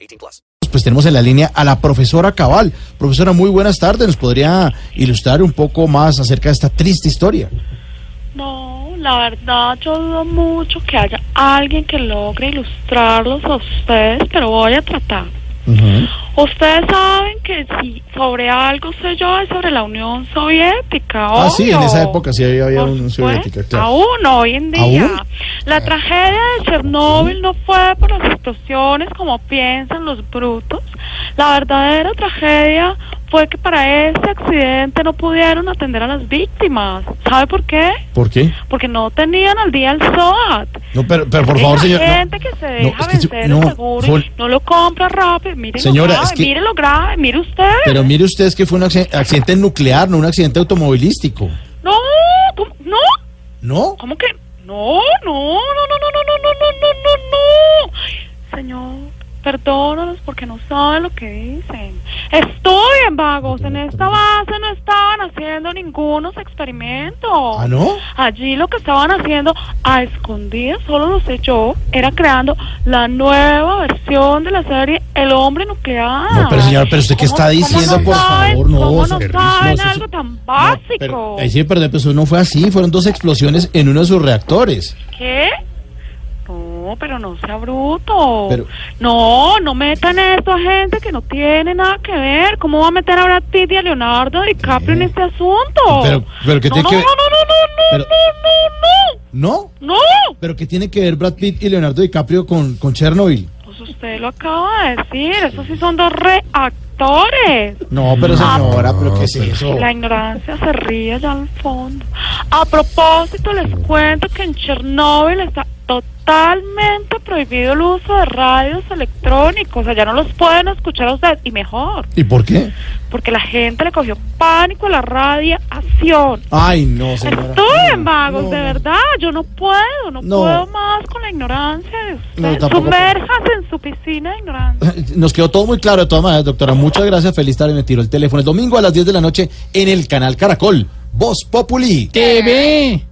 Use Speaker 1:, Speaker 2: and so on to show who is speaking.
Speaker 1: 18 plus.
Speaker 2: Pues tenemos en la línea a la profesora Cabal. Profesora, muy buenas tardes. ¿Nos podría ilustrar un poco más acerca de esta triste historia?
Speaker 3: No, la verdad yo dudo mucho que haya alguien que logre ilustrarlos a ustedes, pero voy a tratar. Ustedes saben que si sobre algo sé yo es sobre la Unión Soviética.
Speaker 2: Ah, sí, en
Speaker 3: obvio.
Speaker 2: esa época sí había, había
Speaker 3: Por
Speaker 2: Unión
Speaker 3: supuesto,
Speaker 2: Soviética, claro.
Speaker 3: Aún hoy en día.
Speaker 2: ¿Aún?
Speaker 3: La tragedia de Chernóbil no fue por las explosiones como piensan los brutos. La verdadera tragedia fue que para ese accidente no pudieron atender a las víctimas. ¿Sabe por qué?
Speaker 2: ¿Por qué?
Speaker 3: porque no tenían al día el SOAT.
Speaker 2: No, pero, pero por
Speaker 3: Esa
Speaker 2: favor, señor. no.
Speaker 3: gente que se
Speaker 2: No,
Speaker 3: deja
Speaker 2: es que
Speaker 3: vencer
Speaker 2: no,
Speaker 3: el seguro y
Speaker 2: fue-
Speaker 3: no lo compra rápido. Mire
Speaker 2: Señora,
Speaker 3: lo grave,
Speaker 2: es que-
Speaker 3: mire lo grave, mire usted.
Speaker 2: Pero mire usted es que fue un acci- accidente nuclear, no un accidente automovilístico.
Speaker 3: No, ¿cómo? no,
Speaker 2: ¿No?
Speaker 3: ¿cómo que? No, no, no, no, no, no, no, no, no, no, no. Señor, perdónanos porque no saben lo que dicen. Estoy en vagos, en esta base no estaban haciendo ningunos experimentos.
Speaker 2: ¿Ah, no?
Speaker 3: Allí lo que estaban haciendo a escondidas, solo lo sé yo, era creando la nueva versión de la serie El Hombre Nuclear.
Speaker 2: No, pero señor, pero usted qué
Speaker 3: ¿Cómo-
Speaker 2: está
Speaker 3: cómo
Speaker 2: diciendo,
Speaker 3: no
Speaker 2: por
Speaker 3: saben-
Speaker 2: favor, no,
Speaker 3: ¿Cómo
Speaker 2: señor,
Speaker 3: no
Speaker 2: no,
Speaker 3: saben
Speaker 2: eso-
Speaker 3: algo tan básico?
Speaker 2: Pero, ahí sí, pero pues, eso no fue así, fueron dos explosiones en uno de sus reactores.
Speaker 3: ¿Qué? No, pero no sea bruto.
Speaker 2: Pero-
Speaker 3: No, no metan esto a gente que no tiene nada que ver. ¿Cómo va a meter a Brad Pitt y a Leonardo DiCaprio en este asunto?
Speaker 2: Pero- pero ¿qué
Speaker 3: no,
Speaker 2: tiene
Speaker 3: no,
Speaker 2: que
Speaker 3: no,
Speaker 2: ver-
Speaker 3: no, no,
Speaker 2: Pero-
Speaker 3: no, no,
Speaker 2: ¿No?
Speaker 3: no, no, no.
Speaker 2: ¿Pero qué tiene que ver Brad Pitt y Leonardo DiCaprio con, con Chernobyl?
Speaker 3: Pues usted lo acaba de decir, esos sí son dos reactores.
Speaker 2: No, pero señora, ¿pero qué es eso?
Speaker 3: Mm. La ignorancia se ríe allá al fondo. A propósito, les cuento que en Chernóbil está totalmente prohibido el uso de radios electrónicos. O sea, ya no los pueden escuchar a ustedes. Y mejor,
Speaker 2: ¿Y por qué?
Speaker 3: porque la gente le cogió pánico a la radiación.
Speaker 2: Ay, no, señora.
Speaker 3: Estoy en vagos,
Speaker 2: No,
Speaker 3: de
Speaker 2: no.
Speaker 3: verdad. Yo no puedo, no,
Speaker 2: No.
Speaker 3: puedo más con la ignorancia de
Speaker 2: No,
Speaker 3: ustedes.
Speaker 2: tampoco puedo.
Speaker 3: Sumérjase en su piscina de ignorancia.
Speaker 2: Nos quedó todo muy claro de todas maneras, doctora. Muchas gracias. Feliz tarde. Me tiró el teléfono. El domingo a las 10 de la noche en el canal Caracol. Voz Populi.
Speaker 4: TV.